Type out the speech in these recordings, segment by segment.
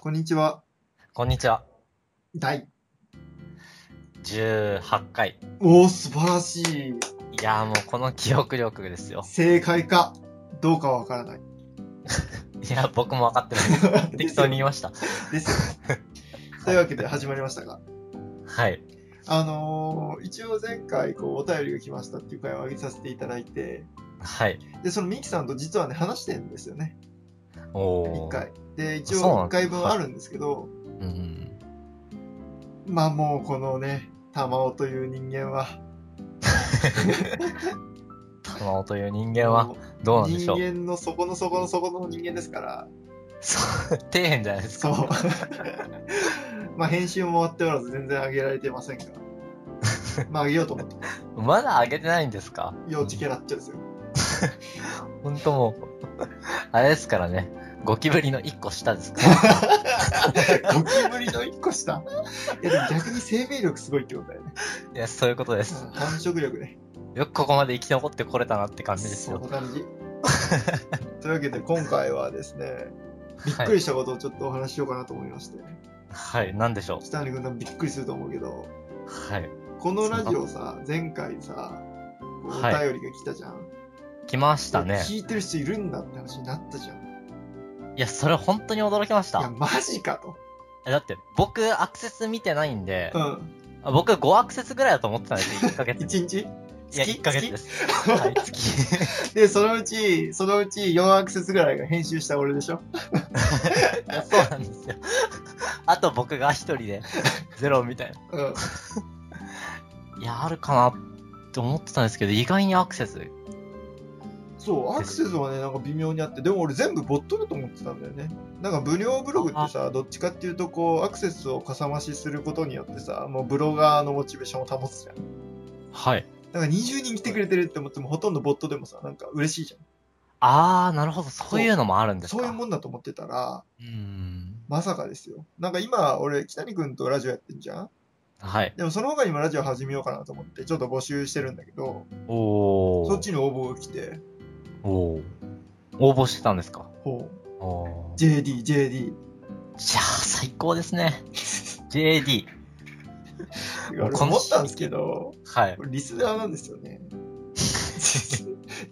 こんにちは。こんにちは。大。 18回。おお、素晴らしい。いやーもうこの記憶力ですよ。正解か、どうかはわからない。いや、僕も分かって ない。適当に言いました。ですよね。というわけで始まりましたが、はい。あのー一応前回、こう、お便りが来ましたっていう回を上げさせていただいて、はい。で、そのミキさんと実はね、話してるんですよね。お一ー。回。で、一そう応な一んだ回分あるんですけど、うん。まあもうこのね、玉尾という人間は、玉尾という人間はもうどうなんでし人ょう。間の底の底の底の人間ですから、そう、底辺じゃないですそうか。。まあ、編集も終わっておらず全然上げられてませんが。まあ、上げようと思って。まだ上げてないんですか幼稚キャラっちゃですよ。ほんともう、あれですからね。ゴキブリの1個下です から。ゴキブリの一個下。いや、でも逆に生命力すごいってことだよね。いや、そういうことでうんす。繁殖力ね。よくここまで生き残ってこれたなって感じですそんよな。感じ。というわけで、今回はですね、びっくりしたことをちょっとお話ししようかなと思いまして。はい、なんでしょ北谷君多分びっくりすると思うけど、う。はい。このラジオさ、前回さ、こうおはい便りが来たじゃん。来ましたね。聞いてる人いるんだって話になったじゃん。いいや、それ本当に驚きましや、た。マジかと。えだって、僕、アクセス見てないんで、うん。あ僕5アクセスぐらいだと思ってたんですよ、1ヶ月。 1日いや、月1ヶ月です。は い、月。で、そのうち、そのうち4アクセスぐらいが編集した俺でしょいやそうなんですよ。 あと僕が1人で、ゼロみたいな。うん。いや、あるかなって思ってたんですけど、意外にアクセス。そう、アクセスはね、なんか微妙にあって、でも俺全部ボットだと思ってたんだよね。なんか、無料ブログってさ、どっちかっていうと、こう、アクセスをかさ増しすることによってさ、もうブロガーのモチベーションを保つじゃん。はい。なんか20人来てくれてるって思っても、ほとんどボットでもさ、なんか嬉しいじゃあー、なるほど。そういうのもあるんでん。すか。そういうもんだと思ってたら、うーん。まさかですよ。なんか今、俺、北谷君とラジオやってんじゃんはい。でもその他にもラジオ始めようかなと思って、ちょっと募集してるんだけど、おー。そっちに応募が来て、おー。応募してたんですかほう。おー。じ JD、JD。ゃあ、最高で すね。JD。俺この思ったんですけど、はい。 俺リスナーなんですよね。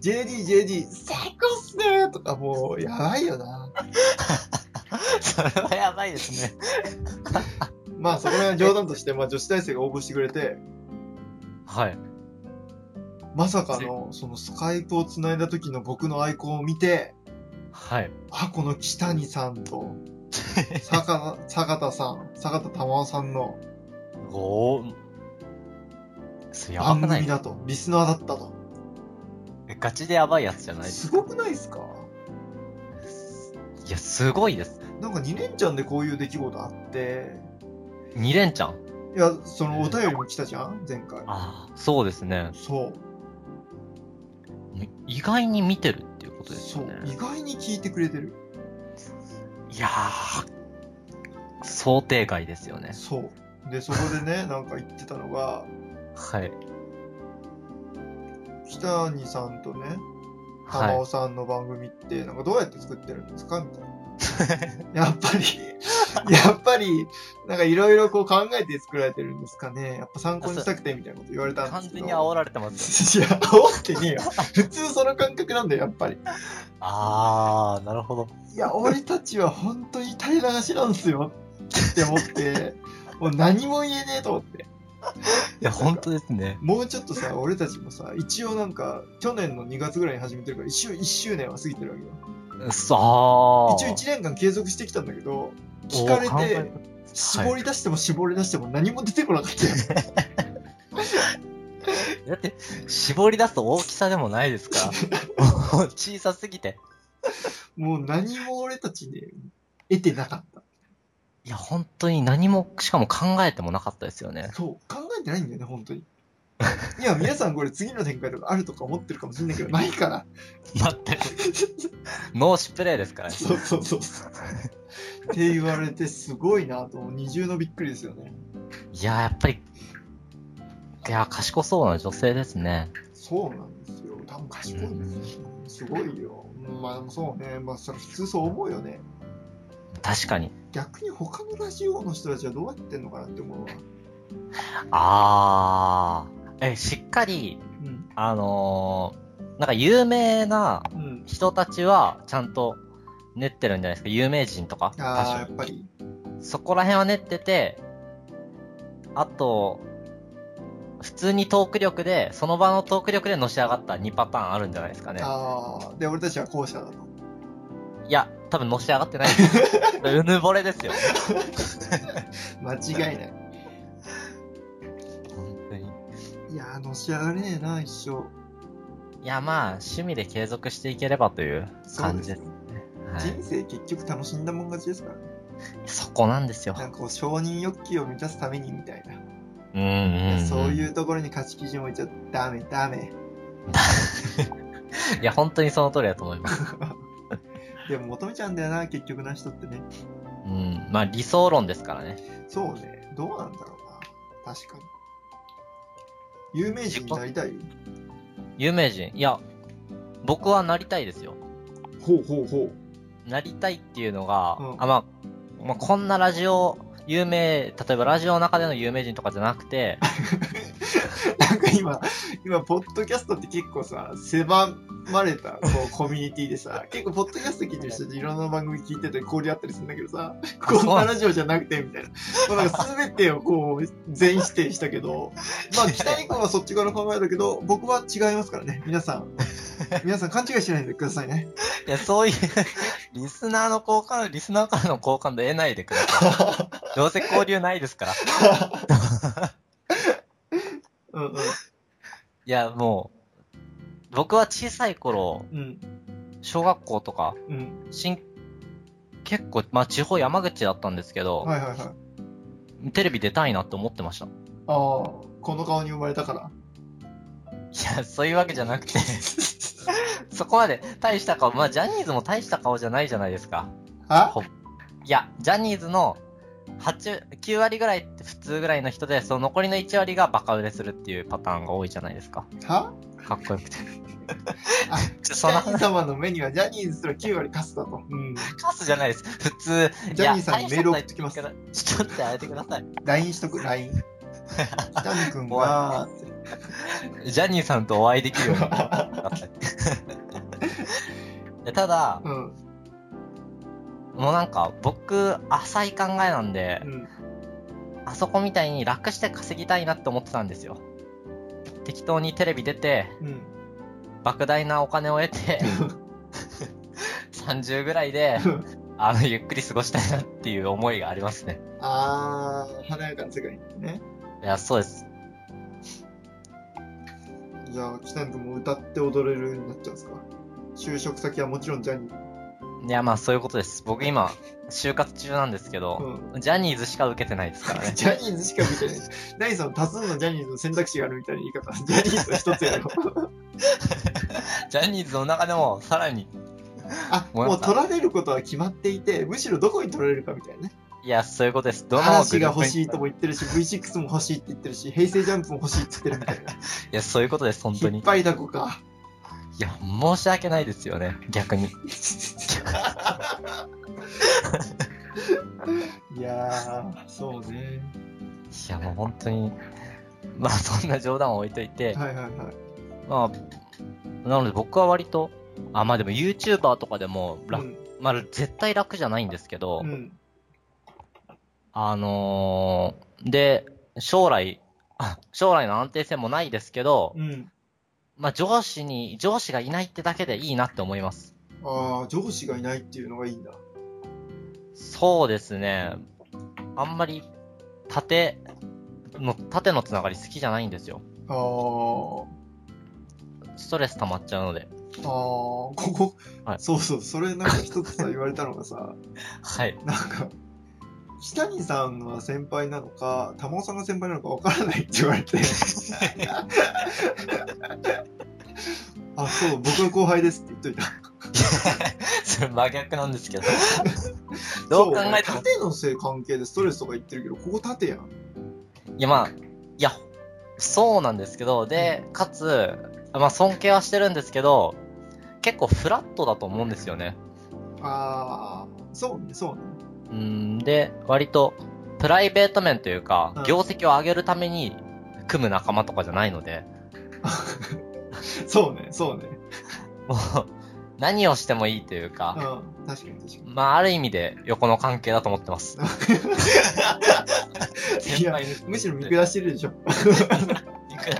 JD、JD、最高っすねーとかもう、やばいよな。それはやばいですね。まあ、そこら辺は冗談として、まあ、女子大生が応募してくれて、はい。まさかの、そのスカイプを繋いだ時の僕のアイコンを見て、はい。あ、この北谷さんと、坂田、坂田さん、坂田玉緒さんのおー。それやば番くない組だと、リスナーだったと。えガチでやばいやつじゃないすごくないですかいや、すごいです。なんか2連チャンでこういう出来事あって、 2連チャンいや、そのお便りも来たじゃん前回。ああ、そうですね。そう。意外に見てるっていうことですそようね。。意外に聞いてくれてる。いやー、想定外ですよね。そう。で、そこで ね、なんか言ってたのが、はい。北谷さんとね、は玉い。尾さんの番組って、なんかどうやって作ってるんですかみたい な。やっぱり、やっぱり、 なんかいろいろこう考えて作られてるんですかね。やっぱ参考にしたくてみたいなこと言われたん完ですけ全ど。に煽られてます よ。いや、煽ってねえよ。普通その感覚なんだよ、やっぱり。 あー、なるほど。いや、俺たちは本当に垂れ流しなんですよって思って、もう何も言えねえと思って。いや、本当ですね。もうちょっとさ、俺たちもさ、一応なんか、去年の2月ぐらいに始めてるから、一応1周年は過ぎてるわけよ。さ一あ。応1年間継続してきたんだけど、聞おかーれて考、絞り出しても絞り出しても何も出てこなかったよ。えてだって、絞り出す大きさでもないです から。もう小さすぎて。もう何も俺たちね、得てなかっいや、本当に何も、しかも考えてもなかったですよね た。。そう、考えてないんだよね、本当に。いや、皆さんこれ次の展開とかあるとか思ってるかもしれないけど、ないから。全く。 脳死プレイですからね。そうそうそうそう。って言われてすごいなと思う二重のびっくりですよね。いや、やっぱり、いや、賢そうな女性ですね。そうなんですよ。多分賢いんですよ。すごいよ。まあでもそうね。まあそれ普通そう思うよね。確かに。逆に他のラジオの人たちはどうやってんのかなって思うわ。あー。え、しっかり、うん。あのーなんか有名なうん。人たちはちゃんと練ってるんじゃないですか。有名人とか。ああ、多や少っぱり。そこら辺は練ってて、あと、普通にトーク力で、その場のトーク力でのし上がった2パターンあるんじゃないですかね。ああ、で、俺たちは後者だと。いや、多分のし上がってない。 うぬぼれですよ。間違いない。本当に。いやー、のし上がれねえな、一生。いや、まあ、趣味で継続していければという感じですね。はい人生結局楽しんだもん勝ちですからね。そこなんですよ。なんかこう承認欲求を満たすためにみたいな、うんうん、うん。。そういううところに価値基準を置いちゃダメダメいや、本当にその通りだと思います。でも求めちゃうんだよな結局な人ってねうん。まあ、理想論ですからね。そうねどうなんだろうな確かに有名人になりたい有名人。いや、僕はなりたいですよ。ほうほうほうなりたいっていうのが、うんあまあ、まあ、こんなラジオ、有名、例えばラジオの中での有名人とかじゃなく て、なんか今今ポッドキャストって結構さ狭まれたこうコミュニティでさ結構ポッドキャスト聞いてる人っていろんな番組聞いてて交流あったりするんだけどさこんなラジオじゃなくてみたいなもうなんか全てをこう全否定したけどまあ北に君はそっち側の考えだけど僕は違いますからね皆さん皆さん勘違いしないでくださいねいや、そういう、リスナーの交換、リスナーからの交換で得ないでくださ い。どうせ交流ないですから。いうんうんや、もう、僕は小さい頃、うん小学校とか、うん新、結構、まあ地方山口だったんですけど、はいはいはいテレビ出たいなって思ってました。いああこの顔に生まれた からや、そういうわけじゃなくて、そこまで大した顔、まあジャニーズも大した顔じゃないじゃないですか。あいや、ジャニーズの8、9割ぐらいって普通ぐらいの人で、その残りの1割がバカ売れするっていうパターンが多いじゃないですか。はかっこよくて。あちょジそのャニー話、様の目にはジャニーズすら9割カスだと。うん。カスじゃないです。普通。ジャニーさんにメール送ってきますいや。大したことないですけどちょっとやめ LINE しとく、LINE。北見君 は、てください。ジャニーさんとお会いできるようになった ただ、 うん、もうなんか、僕、浅い考えなんでう、ん。あそこみたいに楽して稼ぎたいなって思ってたんですよ。適当にテレビ出て、うん。莫大なお金を得 て、30ぐらいで、あの、ゆっくり過ごしたいなっていう思いがありますね。あー、華やかな世界ね。いや、そうです。じゃあ、北見君も歌って踊れるようになっちゃうんですか就職先はもちろんジャニー。いや、まあそういうことです。僕今、就活中なんですけど、うジャニーズしか受けてないですからん。ね。 ジャニーズしか見てない。何その多数のジャニーズの選択肢があるみたいな言い方。ジャニーズは一つやろ。ジャニーズの中でも、さらに、あ、もう取られることは決まっていて、むしろどこに取られるかみたいなね。いや、そういうことです。どの嵐グルがープ欲にしいとも言ってるし、V6 も欲しいって言ってるし、平成ジャンプも欲しいって言ってるみたいな。いや、そういうことです、 本当引にっ。張りだこ か。いや、申し訳ないですよね、逆に。いやー、そうね。いや、もう本当に、まあそんな冗談を置いといて、はいはいはい。まあ、なので僕は割と、あ、まあでも YouTuber とかでも楽、うんまあ絶対楽じゃないんですけど、うん。あのー、で、将来、あ将来の安定性もないですけど、うん。まあ上司に、上司がいないってだけでいいなって思います。ああ、上司がいないっていうのがいいんだ。そうですね。あんまり、縦の、縦のつながり好きじゃないんですよ。ああ、ストレス溜まっちゃうので。ああ、ここ、はいそうそう、それなんか一つさ、言われたのがさ、はい。なんか、北谷さんが先輩なのか、玉尾さんが先輩なのかわからないって言われ て。あ、そう、僕は後輩ですって言っといた。 それ真逆なんですけど。どう考えてそうも、縦のせい関係でストレスとか言ってるけど、ここ縦やん。いやまあ、いや、そうなんですけど、で、かつ、まあ尊敬はしてるんですけど、結構フラットだと思うんですよね。ああ、そうね、そうね。うん、で、割と、プライベート面というかうん、業績を上げるために組む仲間とかじゃないので、そうね、そうね。もう、 何をしてもいいといううん、確か、かに確かまあ、ある意味で横の関係だと思っ てます。 に。いや、むしろ見下してるでしょ。見下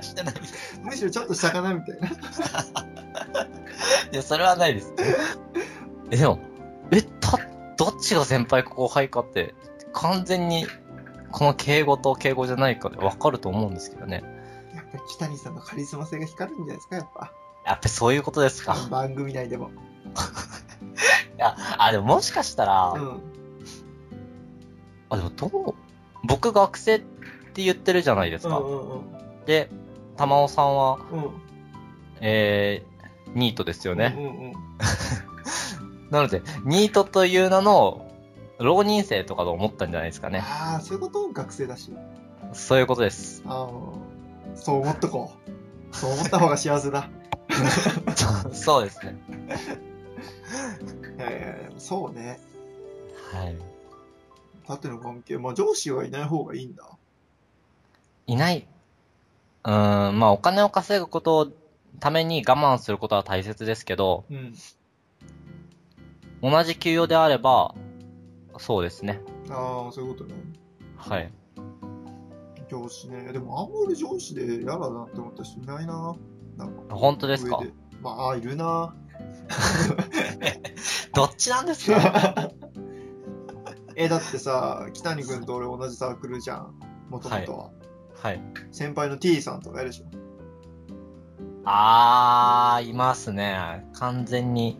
してない。むしろちょっと魚みたいな。いや、それはな いです。え、でも、え、た、どっちが先輩か後輩かって、完全に、この敬語と敬語じゃないかで分かると思うんですけどね。やっぱり北谷さんのカリスマ性が光るんじゃないですか、やっぱ。やっぱりそういうことですか。番組内でも。いや、あ、でももしかしたら、うん。あ、でもどう僕学生って言ってるじゃないですうか。んうんうん。で、玉尾さんは、うん。えー、ニートですよね。うんうんうん。なので、ニートという名の、浪人生とかと思ったんじゃないですかね。ああ、そういうこと学生だし。そういうこと です。ああ、そう思っとこう。そう思った方が幸せだ。 そうですね。いやいやいやそうね。はい。縦の関係。まあ上司はいない方がいいんだ。いない。うーん、まあお金を稼ぐことをために我慢することは大切ですけど、うん。同じ給与であれば、そうですね。ああ、そういうことね。はい。上司ね。でもあんまり上司で嫌だなって思った人いないな。なんかあ本当ですか上でまあ、あーいる な。どっちなんですかえ、だってさ、北谷君と俺同じサークルじゃん。もとも とは。はい。先輩の T さんとかいるでしょ。あー、いますね。完全に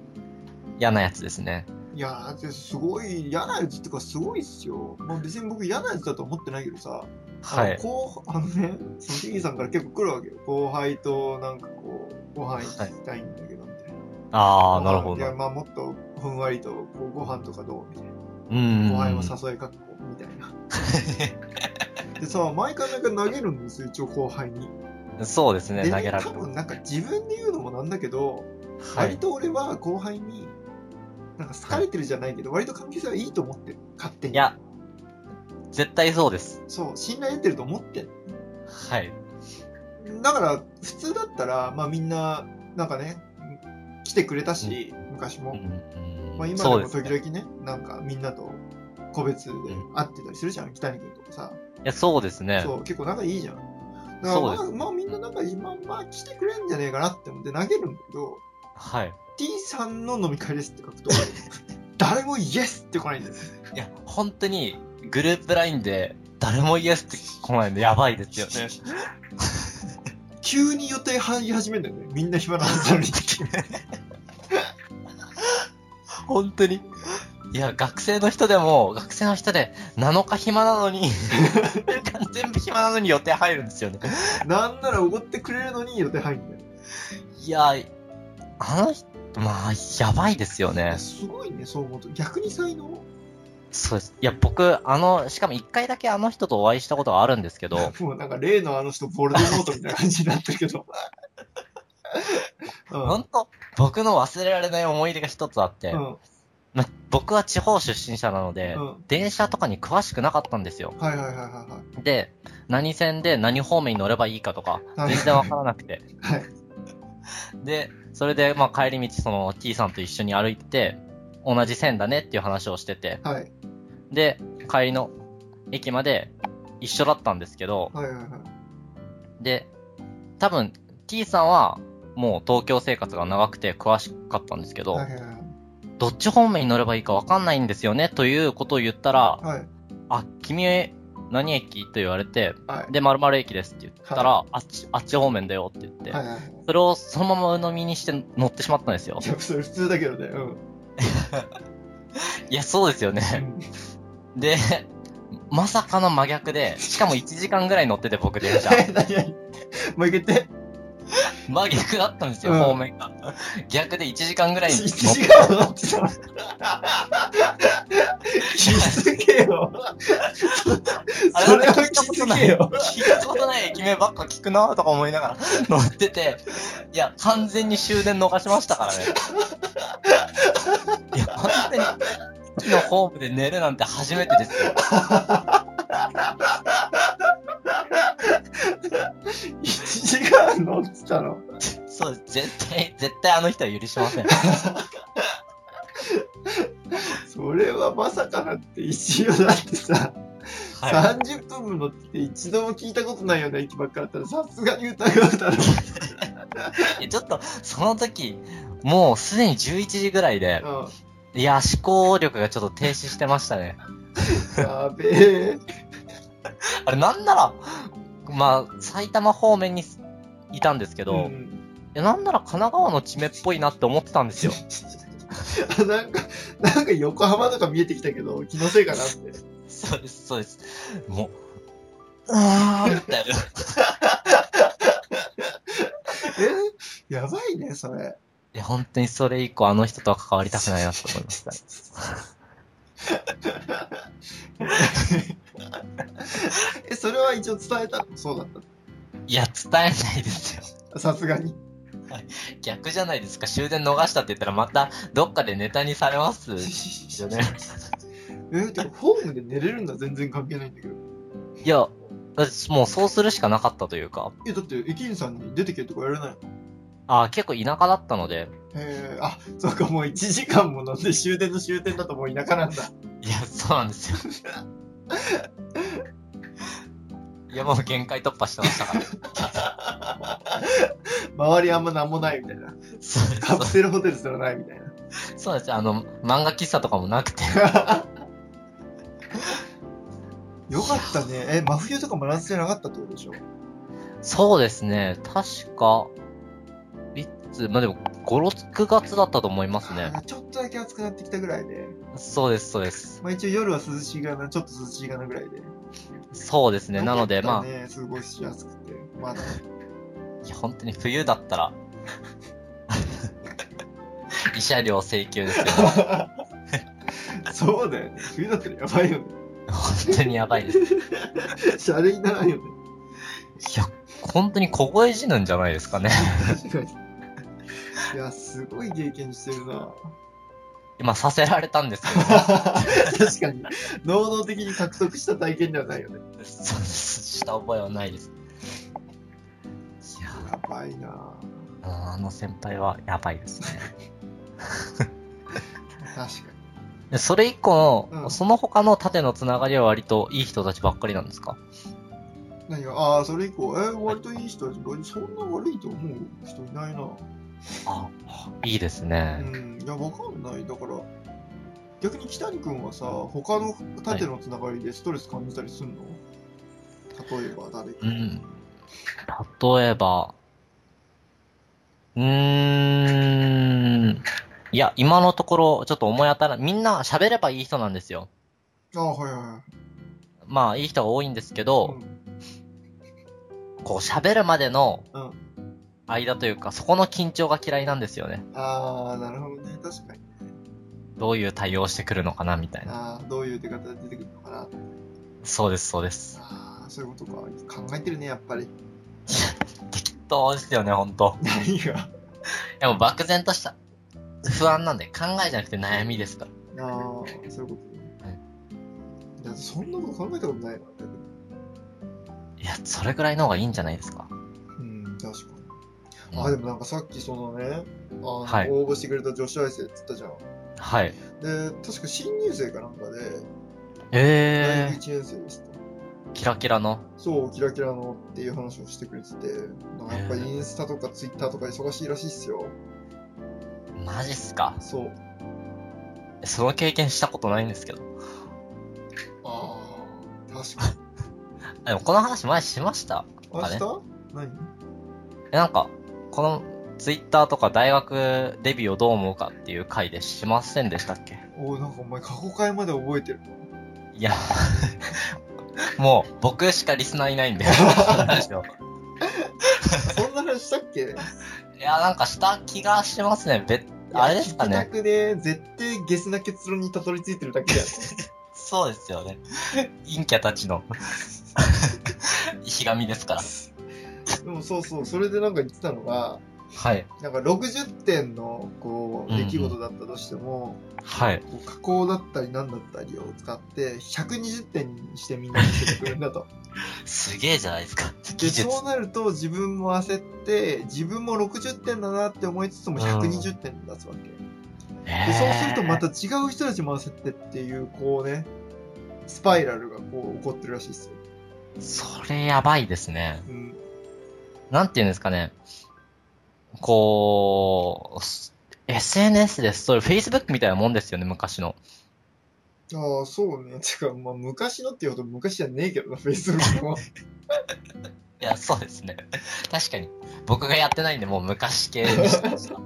嫌なやつですね。いやーで、すごい嫌なやつってかすごいっすよ。まあ、別に僕嫌なやつだと思ってないけどさ、はあのい。後あのね、その T さんから結構来るわけよ。後輩となんかこう、ご飯行きたいんだけどみたいな。あー、なるほいや、ど。まあもっとふんわりとこうご飯とかどうみたいな。うん。後輩も誘いかけみたいな。でさ、毎回なんか投げるんですよ、一応後輩に。 そうですね、で投げられ多る。分なんか自分で言うのもなんだけど、は割い。と俺は後輩に、なんか好かれてるじゃないけど、割と関係性はいいと思ってる。勝手に。いや、絶対そうです。そう、信頼得てると思ってんはい。だから、普通だったら、まあみんな、なんかね、来てくれたし、昔も。まあ今でそうもすね時々ね、なんかみんなと個別で会ってたりするじゃん、北谷君とかさ。いや、そうですね。そう、結構仲いいじゃん。だからそうまですあ、まあみんななんか今、まあ来てくれんじゃねえかなって思って投げるんだけど、はい。 T さんの飲み会ですって書く と、誰もイエスって来ないんだよ。いや、本当に、グループラインで、誰もイエスって来ないのやばいですよね。 急に予定入り始めるんだよね。みんな暇なはずなのに。本当に。いや、学生の人でも、学生の人で、7日暇なのに、 全部暇なのに予定入るんですよね。なんならおごってくれるのに予定入るんだよ。いや、あの人、まあ、やばいですよいねや。すごいね、そう思うと。逆に才能そうです。いや、僕、あの、しかも一回だけあの人とお会いしたことがあるんですけど、もうなんか例のあの人、ボルデモートみたいな感じになってるけど。うん。本当僕の忘れられない思い出が一つあって、うん。まあ僕は地方出身者なので、うん電車とかに詳しくなかったんですよ。はいはいはいはいはい。で、何線で何方面に乗ればいいかとか、はい全然わからなくて。はいで、それで、まあ、帰り道、その、T さんと一緒に歩いてて、同じ線だねっていう話をしてて、はい。で、帰りの駅まで一緒だったんですけど、はいはいはい。で、多分、T さんは、もう東京生活が長くて詳しかったんですけど、はいはいはいどっち方面に乗ればいいかわかんないんですよね、ということを言ったら、はい。あ、君、何駅と言われて、はいで、〇〇駅ですって言ったら、あっち、あっち方面だよって言って、はいはい。それをそのまま鵜呑みにして乗ってしまったんですよい。や、それ普通だけどね。うん。 いや、そうですよね。で、まさかの真逆で、しかも1時間ぐらい乗ってて僕電 車。え、何何もう一回言って。真逆だったんですよ、うん方面が。逆で1時間ぐらい乗っ1て、時間待ってたの。気づけよ。あそれなんかは聞いた気ことづなけい、 よ。聞いたことない駅名ばっか聞くなとか思いながら乗ってて、いや、完全に終電逃しましたからね。いや、本当に、駅のホームで寝るなんて初めてですよ。 1時間乗ってたのそうです。絶対、絶対あの人は許しません。それはまさかだって一応だってさ、は30分も乗ってて一度も聞いたことないような駅ばっかだったらさすがに疑うだろい。えちょっと、その時、もうすでに11時ぐらいで、う、いや、思考力がちょっと停止してましたね。うん、やべえあれ、なんなら、まあ、埼玉方面にいたんですけうど、いんや、なんなら神奈川の地名っぽいなって思ってたんですよ。 あなんかなんか横浜とか見えてきたけど気のせいかなって そうです、そうです。もう、うーん、みたいな。えやばいねそれいや、本当にそれ以降、あの人とは関わりたくないなと思いました。えそれは一応伝えたのそうだっいや、伝えないですよ。たさすがに逆じゃないですか。終電逃したって言ったら、また、どっかでネタにされますよね。 えてかホームで寝れるんだ全然関係ないんだけどいや、私もうそうするしかなかったというか、えだって駅員さんに出てけとかやらないのあー結構田舎だったので、えー、あそうかもう1時間も乗って終電の終点だともう田舎なんだいや、そうなんですよ。いや、もう限界突破してましたから。周りあんま何もないみたいな そうですカプセルホテルすらないみたいなそうなんですよ。あの、漫画喫茶とかもなくて。よかったねえ真冬とか真夏じゃなかったってことでしょそうですね。確か、いつ、まあ、でも、5、6月だったと思いますね。あーちょっとだけ暑くなってきたぐらいで、そうです、そうです。まあ、一応夜は涼しいかなちょっと涼しいかなぐらいでそうですね。なので、まあ、あ過ごしやすくてまだいや本当に冬だったら、 慰謝料請求ですよ。そうだよね冬だったらやばいよね本当にやばいです。いシャレにならんよねや、本当に凍え死ぬんじゃないですかね。確かにいやすごい経験してるな今、させられたんですけど、 確かに能動的に獲得した体験ではないよねそうですした覚えはないです。いややばいなあの先輩はやばいですね。確かでそれ以降、うんその他の縦のつながりは割といい人たちばっかりなんですかに何がああそれ以降え割といい人たち別にそんな悪いと思う人いないなあ、いいですね。うんいやわかんないだから逆に北谷君はさ他の縦のつながりでストレス感じたりすんの、例えば誰か、うん。例えば、うーん。いや、今のところ、ちょっと思い当たらない。みんな喋ればいい人なんですよ。ああはいはいはいまあ、いい人が多いんですけど、うこう、喋るまでのう、間というか、そこの緊張が嫌いなんですよね。ん、ああなるほどね確かにどういう対応してくるのかな、みたいな。ああどういう出方で出てくるのかなそうです、そうです。ああそういうことか考えてるねやっぱり 適当ですよね、ほんと。何がでも、漠然とした不安なんで、考えじゃなくて悩みですから。 ああそういうことはいねだってそんなこと考えたことないな逆にいや、それぐらいの方がいいんじゃないですか。うん確かにうんあでもなんかさっきそのねあの、はい応募してくれた女子大生っつったじゃんはい。で確か新入生かなんかで大ええ学1年生でした、キラキラの。そうキラキラのっていう話をしてくれててなんかやっぱインスタとかツイッターとか忙しいらしいっすよマジっすか。そうその経験したことないんですけど。ああ確かにあでもこの話前しました。明あれ日何え、なんか、このツイッターとか大学デビューをどう思うかっていう回でしませんでしたっけおうなんかお前過去回まで覚えてるいや、 もう僕しかリスナーい ないんで。この話をそんな話したっけいや、なんかした気がしますね。べあれですかいや聞きたね。くね絶対ゲスな結論にたどり着いてるだけだよ そうですよね。 陰キャたちのひがみですから。でもそうそうそれでなんか言ってたのがはい。なんか60点のこううんうん出来事だったとしても、はい。こう加工だったり何だったりを使って120点にしてみんなにしてくれるんだとすげえじゃないですか。で 技術。そうなると自分も焦って自分も60点だなって思いつつも120点出すわけ、でそうするとまたへ違う人たちも焦ってっていうこうねスパイラルがこう起こってるらしいですよ、ーそれやばいですね。うん、なんていうんですかね。こう、す SNS ですと、Facebook みたいなもんですよね、昔の。ああ、そうね。 てか、まあ、昔のっていうほど昔じゃねえけどな、Facebook も。いや、そうですね。確かに。僕がやってないんで、もう 昔系にしてました。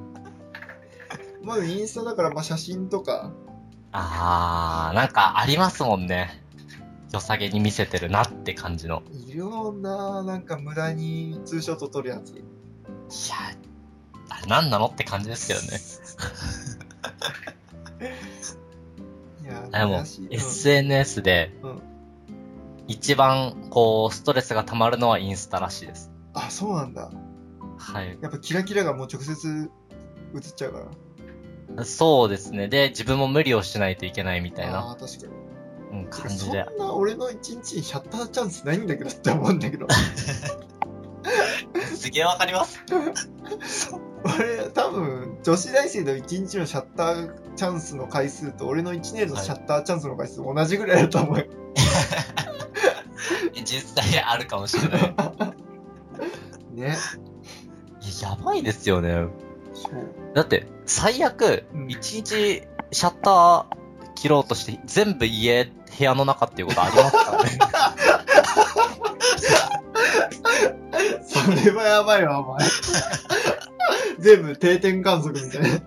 まあ、インスタだから、まあ、写真とか、あー、なんかありますもんね。良さげに見せてるなって感じの。いるもんな、なんか無駄にツーショット撮るやつ。いや、あれ何なのって感じですけどね。いや、あでも難しい。うん SNS でうん、一番、こう、ストレスが溜まるのはインスタらしいです。あ、そうなんだ。はい。やっぱキラキラがもう直接映っちゃうから。そうですね。で、自分も無理をしないといけないみたいあなあ、確かに。うんて感かじそんで。な俺の一日にシャッターチャンスないんだけどって思うんだけど。すげえわかります。 俺、多分、女子大生の一日のシャッターチャンスの回数と、俺の一年のシャッターチャンスの回数同じぐらいだと思う。実際あるかもしれ ない。いね。ややばいですよね。そう。だって、最悪う、ん一日シャッター切ろうとして、全部家、部屋の中っていうことありますからね。それはやばいわ、お前。全部定点観測みたいな。いや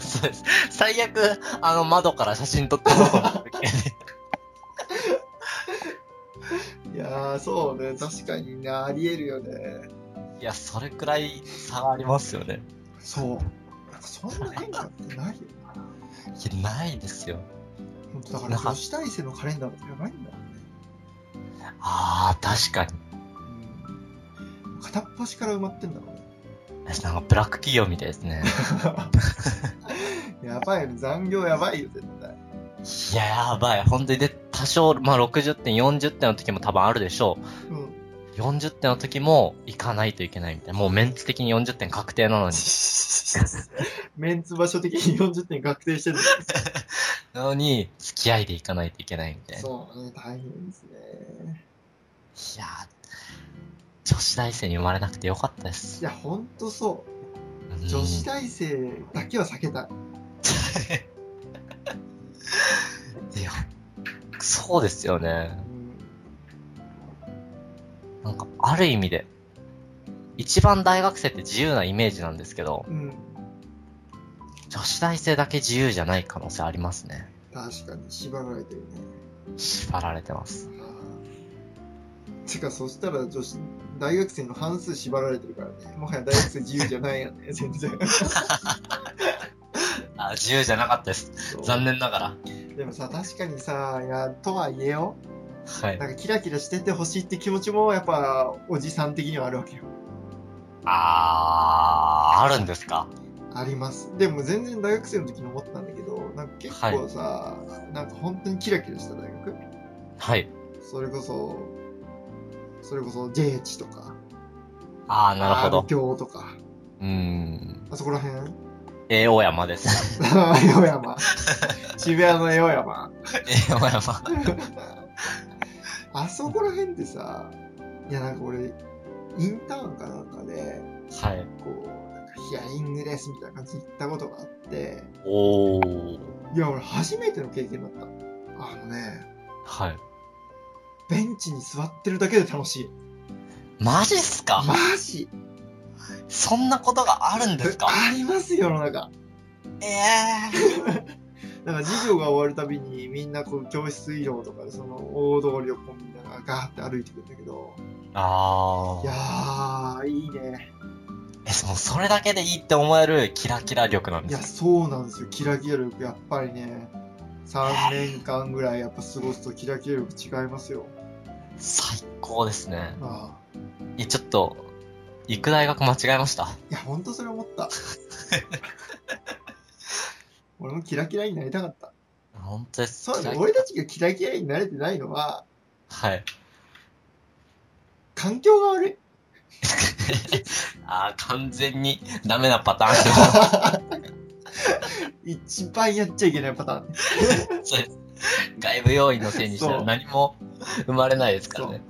そうです。最悪、あの、窓から写真撮ってもらうと思うけどねいやー、そうね。確かにな、ありえるよね。 いや、それくらい差がありますよね。そう。なんかそんな変化ってないよ。いや、ないですよ。本当だから女子大生のカレンダーとかやばいんだもんね。あー、確かに。うん。片っ端から埋まってんだろうね。私なんかブラック企業みたいですね。 やばいよね。残業やばいよ、絶対。いや、やばい。本当にで、多少、まあ、60点、40点の時も多分あるでしょうん。う。40点の時も行かないといけないみたいな。もうメンツ的に40点確定なのに。 メンツ場所的に40点確定してる。なのに、付き合いで行かないといけないみたい な。いそうね、大変ですね。やー女子大生に生まれなくてよかったでいす。や、ほんとそう。うん女子大生だけは避けたい。いや、そうですよねう。ん、なんか、ある意味で、一番大学生って自由なイメージなんですけど、うん、女子大生だけ自由じゃない可能性ありますね。確かに縛られてるね。縛られてます。あーてか、そしたら女子、大学生の半数縛られてるからね。もはや大学生自由じゃないよ ね、全然。あ、自由じゃなかったです。残念ながら。でもさ、確かにさ、いや、とはいえよ、はい。なんかキラキラしててほしいって気持ちも、やっぱ、おじさん的にはあるわけよ。あー、あるんですかあります。でも全然大学生の時に思ったんだけど、なんか結構さ、なんか本当にキラキラした大学はい。それこそ、それこそ JH とか、あー、なるほど。教とか、うーん。あそこら辺、えー、大山です。 江戸山、渋谷の江戸山、えー、大山。あそこら辺ってさ、いやなんか俺、インターンかなんかで、はい。こう、なんかヒアリングですみたいな感じで行ったことがあって、おー。いや俺初めての経験だった。あのね、はい。ベンチに座ってるだけで楽しい。マジっすかマジそんなことがあるんですかありますよ世の中。 ええなんか授業が終わるたびにみんなこう教室移動とかでその大通りをこうみんながガーって歩いてくんだけどあいやあ。ーいいねえ、もうそれだけでいいって思えるキラキラ力なんいでやすそうなんですよキラキラ力やっぱりね3年間ぐらいやっぱ過ごすとキラキラ力違いますよ最高ですね。あいや、ちょっと、行く大学間違えました。いや、ほんとそれ思 った。俺もキラキラになりたかった。本当です。そうだね。嫌い俺たちがキラキラになれてないのは、はい。 環境が悪い。ああ、完全にダメなパタ ー一番やっちゃいけないパターン。ン。そうです。外部要因のせいにしたそらう何も生まれないですからね。いや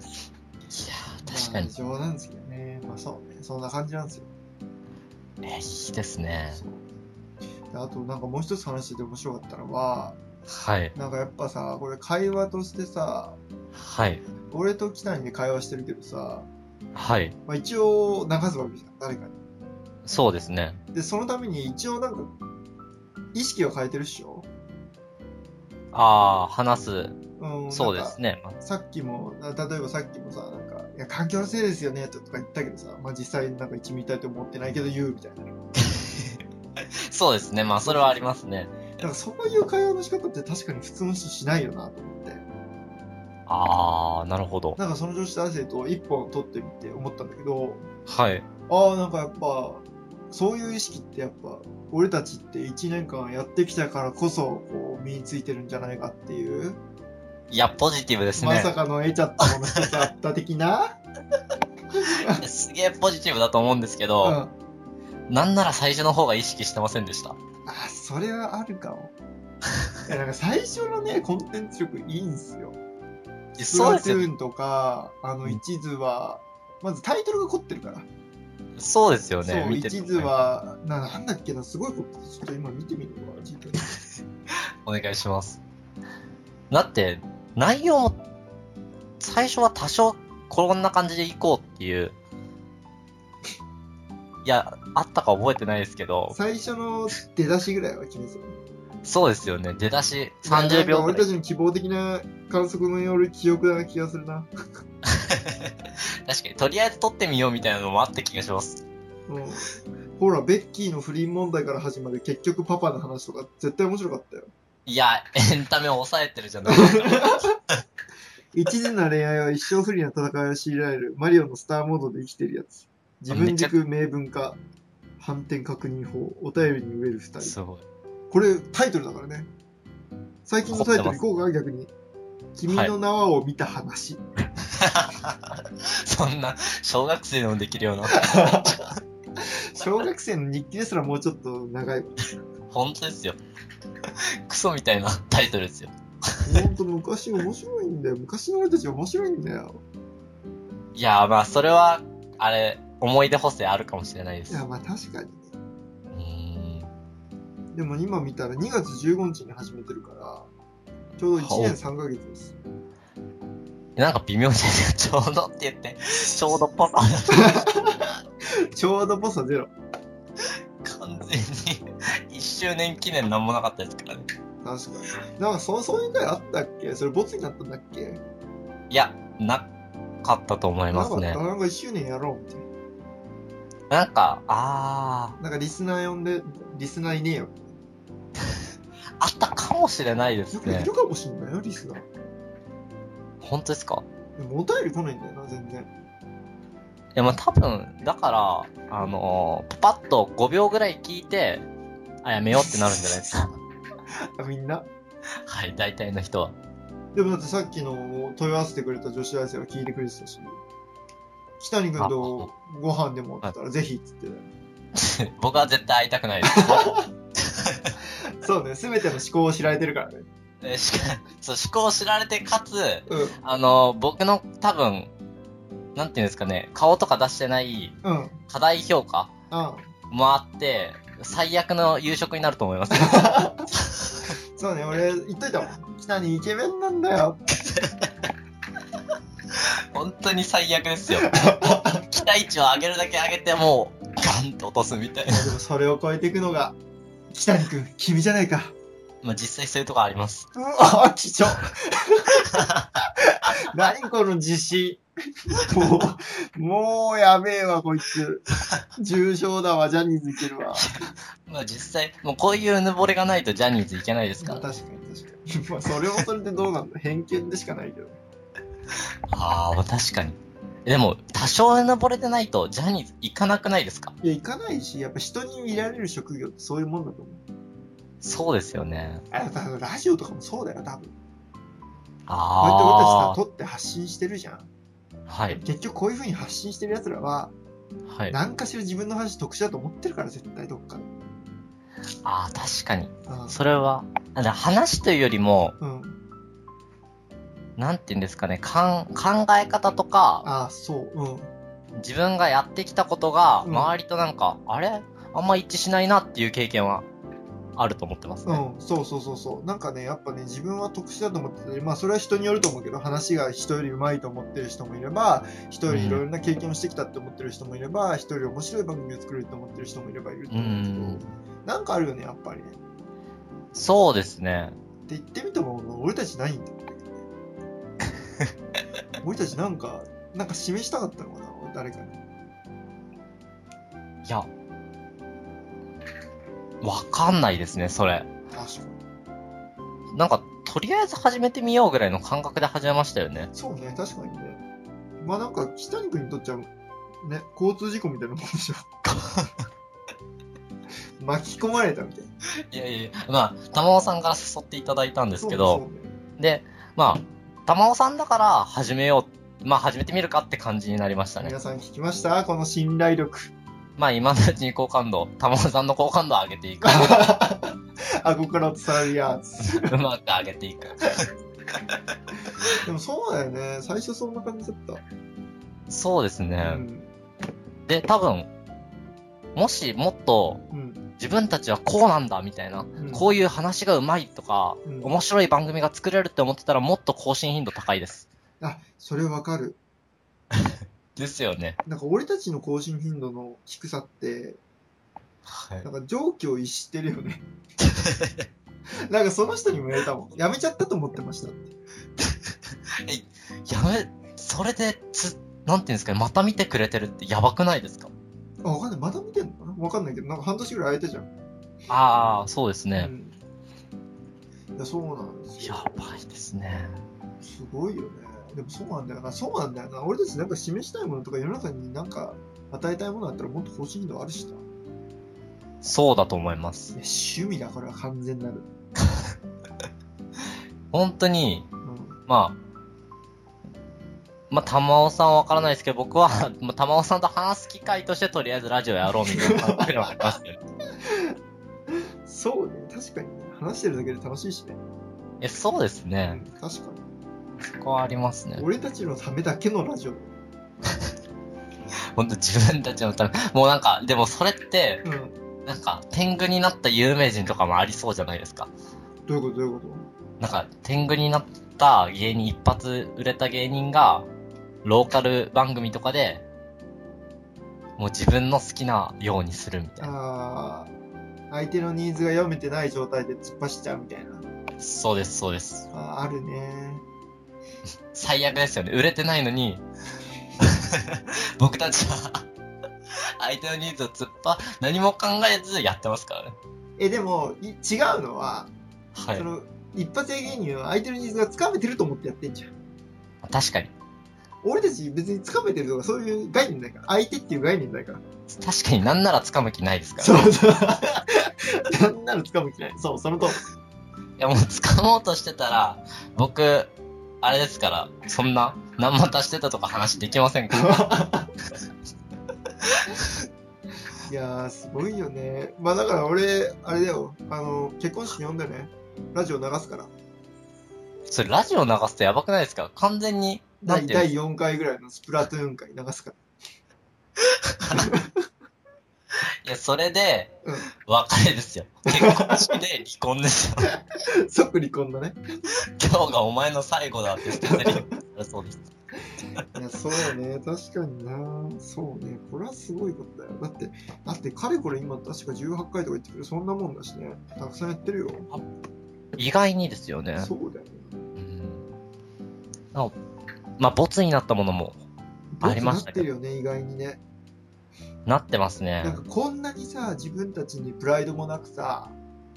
ー、確かにまあ。冗談ですけどね。まあそうね。そんな感じなんですよ。えーいいですね。そうであとなんかもう一つ話してて面白かったのは、はい。なんかやっぱさ、これ会話としてさ、はい。俺と北谷で会話してるけどさ、はい。まあ一応流すわけじゃん、誰かに。そうですね。で、そのために一応なんか、意識を変えてるっしょああ、話す。うん。そうなでんかすね。さっきも、あ例えばさっきもさ、なんか、いや、環境のせいですよね、とか言ったけどさ、まあ実際なんか一みたいと思ってないけど言うみたいな。そうですね。まあ、それはありますね。なんかそういう会話の仕方って確かに普通の人しないよなと思って。ああ、なるほど。なんかその女子大生と一本取ってみて思ったんだけど、はい。ああ、なんかやっぱ、そういう意識ってやっぱ、俺たちって1年間やってきたからこそ、こう、身についてるんじゃないかっていう、いや、ポジティブですまね。さかの得ちゃったもの一つあった的 な、すげえポジティブだと思うんですけうん、ど、あなんなら最初の方が意識してませんでした。ーそれはあるかも。いや、なんか最初のね、コンテンツ力いいんすよ。いやスプそうラでトすゥよ。ーンとか、あの、一途は、まずタイトルが凝ってるから。そうですよね。そう、見てて一途は、ななんだっけな、すごいこと、ちょっと今見てみるわ、一途お願いします。だって、内容も、最初は多少、こんな感じで行こうっていう、いや、あったか覚えてないですけど、最初の出だしぐらいは決めそう。そうですよね。出だし30秒なんか俺ぐらたい。ちの希望的な観測のよる記憶な気がするな。 確かに、とりあえず撮ってみようみたいなのもあった気がします。うんほら、ベッキーの不倫問題から始まる結局パパの話とか絶対面白かったよ。いや、エンタメを抑えてるじゃないですか。 一途な恋愛は一生不利な戦いを強いられるマリオのスターモードで生きてるやつ。自分軸明文化、反転確認法、お便りに植える二人。すごい。これタイトルだからね。最近のタイトルいこうか、逆に。君の縄を見た話。そんな、小学生でもできるような。小学生の日記ですらもうちょっと長いわ。本当ですよ。クソみたいなタイトルですよ。ほんと昔面白いんだよ。昔の俺たち面白いんだよ。いやーまあ、それは、あれ、思い出補正あるかもしれないでいす。や、うまあ確かにね。ーん。でも今見たら2月15日に始めてるから、ちょうど1年3ヶ月です。なんか微妙ですよ。ちょうどって言って、ちょうどポ完ちょうどボサゼロ。全に、一周年記念なんもなかったですからね。確かに。なんかそそういう回あったっけそれボツになったんだっけいや、なかったと思いなまかすった。ね。なんか1周年やろうみたいなんか、あな。なんかリスナー呼んで、リスナーいねえよ。ー、あったかもしれないですよくいねる。かもしんないよ、リスナー。本当ですかでもお便り来ないんだよな、全然。いや、まあ多分、だから、あのーパパッと5秒ぐらい聞いて、あ、やめようってなるんじゃないです か。あ、みんな。はい、大体の人は。 でもだってさっきの問い合わせてくれた女子大生は聞いてくれてたし、北谷君とご飯でもって言ったらぜひっつってたよ僕は絶対会いたくないです。そうね、すべての思考を知られてるからね。え ーしかそう、思考を知られて、かつ、 うん。あのー僕の多分、なんていうんですかね、顔とか出してないうん。うん。課題評価もあって、最悪の夕食になると思います。そうね、俺言っといたもん。北にイケメンなんだよ。 本当に最悪ですよ。 期待値を上げるだけ上げて、もう、ガンって落とすみたいでな。もそれを超えていくのが、北に君、君じゃないか。まあ実際そういうとこあります。うわ、貴重。 何この自信。もう、もうやべえわ、こいつ。重症だわ、ジャニーズいけるわ。まあ実際、もうこういううぬぼれがないとジャニーズいけないですかまあら。確かに確かに。 まあそれもそれでどうなんだ偏見でしかないけど。ああ、確かに。えでも、多少登れてないと、ジャニーズ行かなくないですかいや、行かないし、やっぱ人に見られる職業ってそういうもんだと思う。そうですよね。あ、だからラジオとかもそうだよ、多分。こうやって俺たちさあ、あ。撮って発信してるじゃん。はい。結局こういう風に発信してる奴らは、はい。あ何かしら自分の話特殊だと思ってるから、絶対どっかで。あー、確かに。あそれは、あだから話というよりも、うん。なんて言うんですかね、かん考え方とか、ああ、そう。うん。自分がやってきたことが、うん周りとなんか、あれあんま一致しないなっていう経験は、あると思ってますね。うん、そうそうそうそう。なんかね、やっぱね、自分は特殊だと思ってて、まあそれは人によると思うけど、話が人より上手いと思ってる人もいれば、人よりいろいろな経験をしてきたって思ってる人もいれば、人より面白い番組を作れると思ってる人もいればいるとう思うんんだけ。ど、なんかあるよね、やっぱりね。そうですっね。て言ってみても、俺たちないんだ よね。俺たちなんか、なんか示したかったのかな、誰かに。いや、わかんないですね、それ。あ、そう。なんか、とりあえず始めてみようぐらいの感覚で始めましたよね。そうね、確かにね。まあなんか、北谷君にとっちゃ、ね、交通事故みたいなもんで しょ。巻き込まれたみたいな。いやいやいや、まあ、玉尾さんから誘っていただいたんですけど、そうねで、まあ、玉尾さんだから始めよう、まあ始めてみるかって感じになりましそたうねね皆。さん聞きましたこの信頼 力。まあ今のうちに好感度、玉尾さんの好感度を上げ ていく。あ、ここから伝わるやつ。うまく上げていく。でもそうだよね。最初そんな感じだっそうですた。うね。ん。で、多分、もしもっとうん。自分たちはこうなんだみたいな、うんこういう話がうまいとか、うん面白い番組が作れるって思ってたらもっと更新頻度高いです。あ、それわかる。ですよね。なんか俺たちの更新頻度の低さって、はいなんか常軌を逸してるよ ね。なんかその人にも言われたもん。やめちゃったと思ってましたって。やめ、それで、つ、なんていうんですかね、また見てくれてるってやばくないですかあ、わかんない。また見てんのかなわかんないけど、なんか半年ぐらい空いたじゃん。ああ、そうですうね。んいや、そうなんですやよ。ばいですね。すごいよね。でもそうなんだよな。そうなんだよな。俺たちなんか示したいものとか世の中になんか与えたいものだったらもっと更新頻度あるしな。いそうだと思います。や趣味だから完全なる。本当に、うん。まあ、まあ、玉尾さんはわからないですけど、僕は、 まあ、玉尾さんと話す機会としてとりあえずラジオやろうみたいな感覚ではありますよね。そうね。確かにね。話してるだけで楽しいしね。え、そうですうねん。。確かそこはありますねに。。俺たちのためだけのラジオ。本当自分たちのため、もうなんか、でもそれって、うん。なんか、天狗になった有名人とかもありそうじゃないですか。どういうことどういうことなんか、天狗になった芸人、一発売れた芸人が、ローカル番組とかで、もう自分の好きなようにするみたいな。ああ、相手のニーズが読めてない状態で突っ走っちゃうみたいな。そうです、そうです。あーあるね。最悪ですよね。売れてないのに、 僕たちは、相手のニーズを突っ張、何も考えずやってますからね。え、でも、い違うのは、はいそ。の、一発芸芸人は相手のニーズがつかめてると思ってやってんじゃん。確かに。俺たち別につかめてるとかそういう概念ないから。相手っていう概念ないから。確かになんなら掴む気ないですから。そうそう。なんならつかむ気ない。 そう、そのと いやもう掴もうとしてたら、僕、あれですから、そんな、何も足してたとか話できませ んから。いやー、すごいよね。まあだから俺、あれだよ。あの、結婚式呼んでね。ラジオ流すから。それラジオ流すとやばくないですか完全に、な第んていうんで第4回ぐらいのスプラトゥーン回流すから。すいや、それでうん、別れですよ。結婚式で離婚ですよ。 即離婚だね。今日がお前の最後だって捨ててるそうです。いや、そうだね。確かにな。そうね。これはすごいことだよ。だって、だって、かれこれ今、確か18回とか言ってくる。そんなもんだしね。たくさんやってるよ。意外にですよね。そうだよね。うんなおまあ、ボツになったものもありましたボツけになってるよね、意外にね。なってますねなん。か、こんなにさ、自分たちにプライドもなくさ、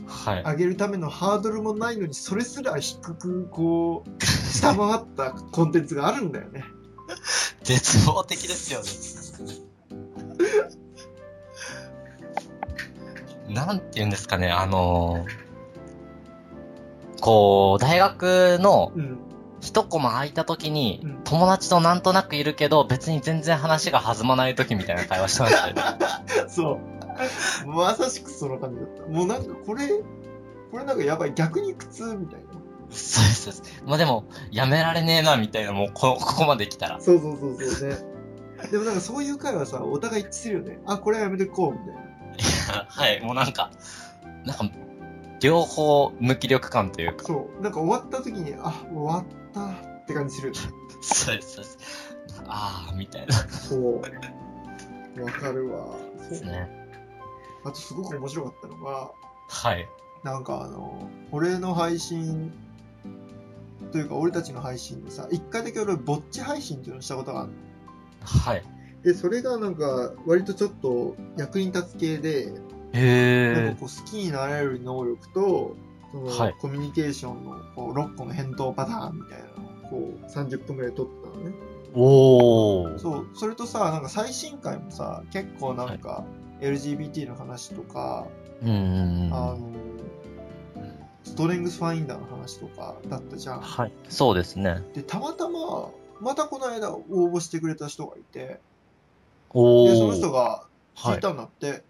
はい。上げるためのハードルもないのに、それ すら低く、こう、下回ったコンテンツがあるんだよね。絶望的ですよね。なんて言うんですかね、あのーこう、大学のうん。一コマ空いた時に、うん友達となんとなくいるけど、別に全然話が弾まない時みたいな会話してましたよ ね。そう。まさしくその感じだった。もうなんかこれ、これなんかやばい。逆に苦痛みたいな。そうです、そうです。まあでも、やめられねえな、みたいな、もうこ、ここまで来たら。 そうそうそうそうね。でもなんかそういう会話さ、お互い一致するよね。あ、これはやめてこう、みたいな。はい、もうなんか、なんか、両方無気力感というか、そう。なんか終わった時に、あ、終わったって感じする。そうです、そうです。あー、みたいなでそう。わかるわ。そうすね。あとすごく面白かったのが、はい。なんかあの、俺の配信、というか俺たちの配信でさ、一回だけ俺、ぼっち配信っていうのをしたことがあるのはい。で、それがなんか、割とちょっと役に立つ系で、なんへかこう好きになれる能力と、そのはいコミュニケーションのこう6個の返答パターンみたいなのをこう30分ぐらい撮ってたのね。ー。おー。そう、それとさ、なんか最新回もさ、結構なんか LGBT の話とか、うんうんあうん。の、ストレングスファインダーの話とかだったじゃん。はい。そうですね。で、たまたま、またこの間応募してくれた人がいて、おー。で、その人がは聞いい。たんだって、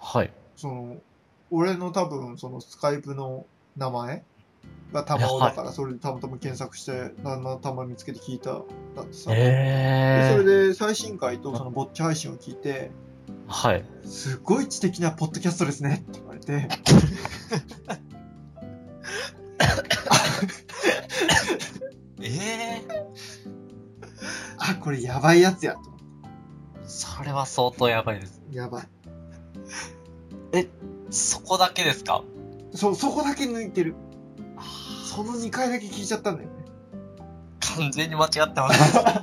はい。その、俺の多分、そのスカイプの名前がたまおだから、それでたまたま検索して、たまたま見つけて聞いたんだってさ。でえそー。れで最新回とそのぼっち配信を聞いて、はい。すごい知的なポッドキャストですねって言われて。えー。あ、これやばいやつやと思っそれは相当やばいです。て。やばい。そこだけですかそう、そこだけ抜いてる。あーその2回だけ聞いちゃったんだよね。完全に間違っ てます。いや、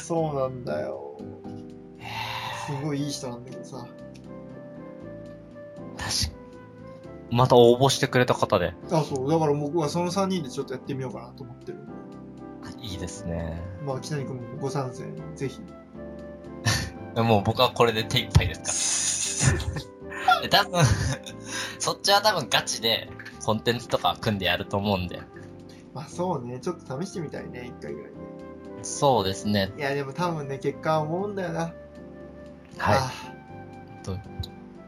そうなんだよ。えすごいいい人なんだけどさ。ー確かまた応募してくれた方で。あ、そう。だから僕はその3人でちょっとやってみようかなと思ってる。いいですね。まあ、北に君もご参戦、ぜ ひ。もう僕はこれで手一杯ですから。で多分そっちは多分ガチでコンテンツとか組んでやると思うんで。まあ、そうね。ちょっと試してみたいね、1回ぐらいね。そうですね。いや、でも多分ね、結果は思うんだよな。はあどう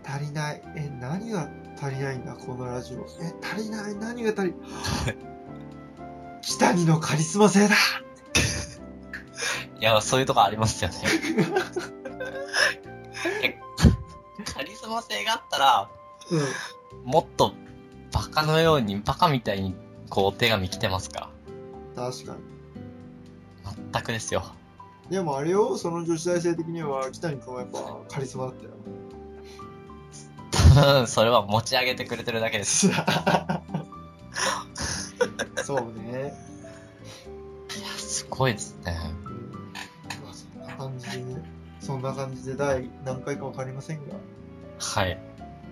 足りない。え、何が足りないんだ、このラジオ。え、足りない。何が足り、北にのカリスマ性だい。いや、そういうとこあります よね。えカリスマ性があったら、うん。もっとバカのように、バカみたいにこうお手紙来てますか確かに。ら。全くですよ。 でもあれよ、その女子大生的には、北に君はやっぱカリスマだったよ。多分それは持ち上げてくれてるだけです。 そうね。いや、すごいですね。うんまあ、そんな感じで、そんな感じで第何回かわかりませんが、はい。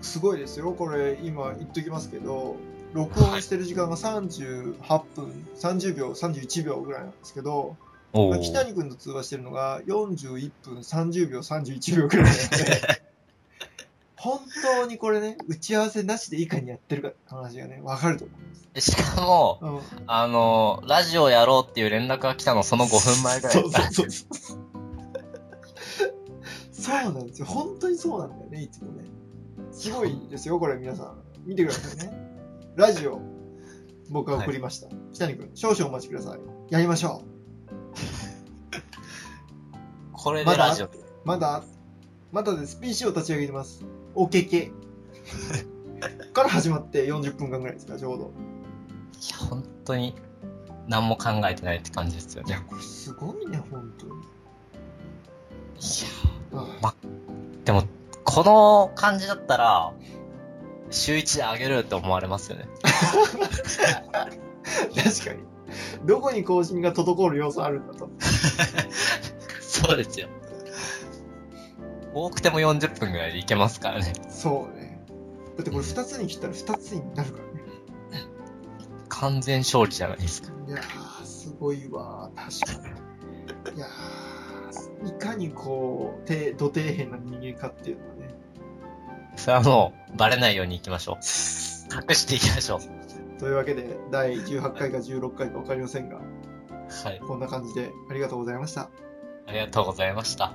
すごいですよ、これ、今言っときますけど、録音してる時間が38分、30秒、31秒ぐらいなんですけど、おまあ北谷君と通話してるのが41分30秒、31秒ぐらいなんで、本当にこれね、打ち合わせなしでいかにやってるかって話がね、わかると思しかも、う。うんあの、ラジオやろうっていう連絡が来たのその5分前ぐらいそうそうそうそうそうなんですよ本当にそうなんだよねいつもねすごいですよこれ皆さん見てくださいねラジオ僕は送りました、北谷君少々お待ちくださいやりましょこれまでだラジオ。うまだまだです PC を立ち上げてます OKK から始まって40分間ぐらいですかちょうどいや、本当に、何も考えてないって感じですよいね。やこれすごいね本当にいあや、でも、この感じだったら、週1であげるって思われますよね。確かにどこに更新が滞る要素あるんだと そうですよ。多くても40分ぐらいでいけますからね。そうね。だってこれ2つに切ったら2つになるからね。完全勝利じゃないですか。いやー、すごいわ確かにいやーいかにこうて土底辺な人間かっていうのはねそれはもう、バレないように行きましょう。隠していきましょう。というわけで第18回か16回か分かりませんがはい。こんな感じでありがとうございましたありがとうございました。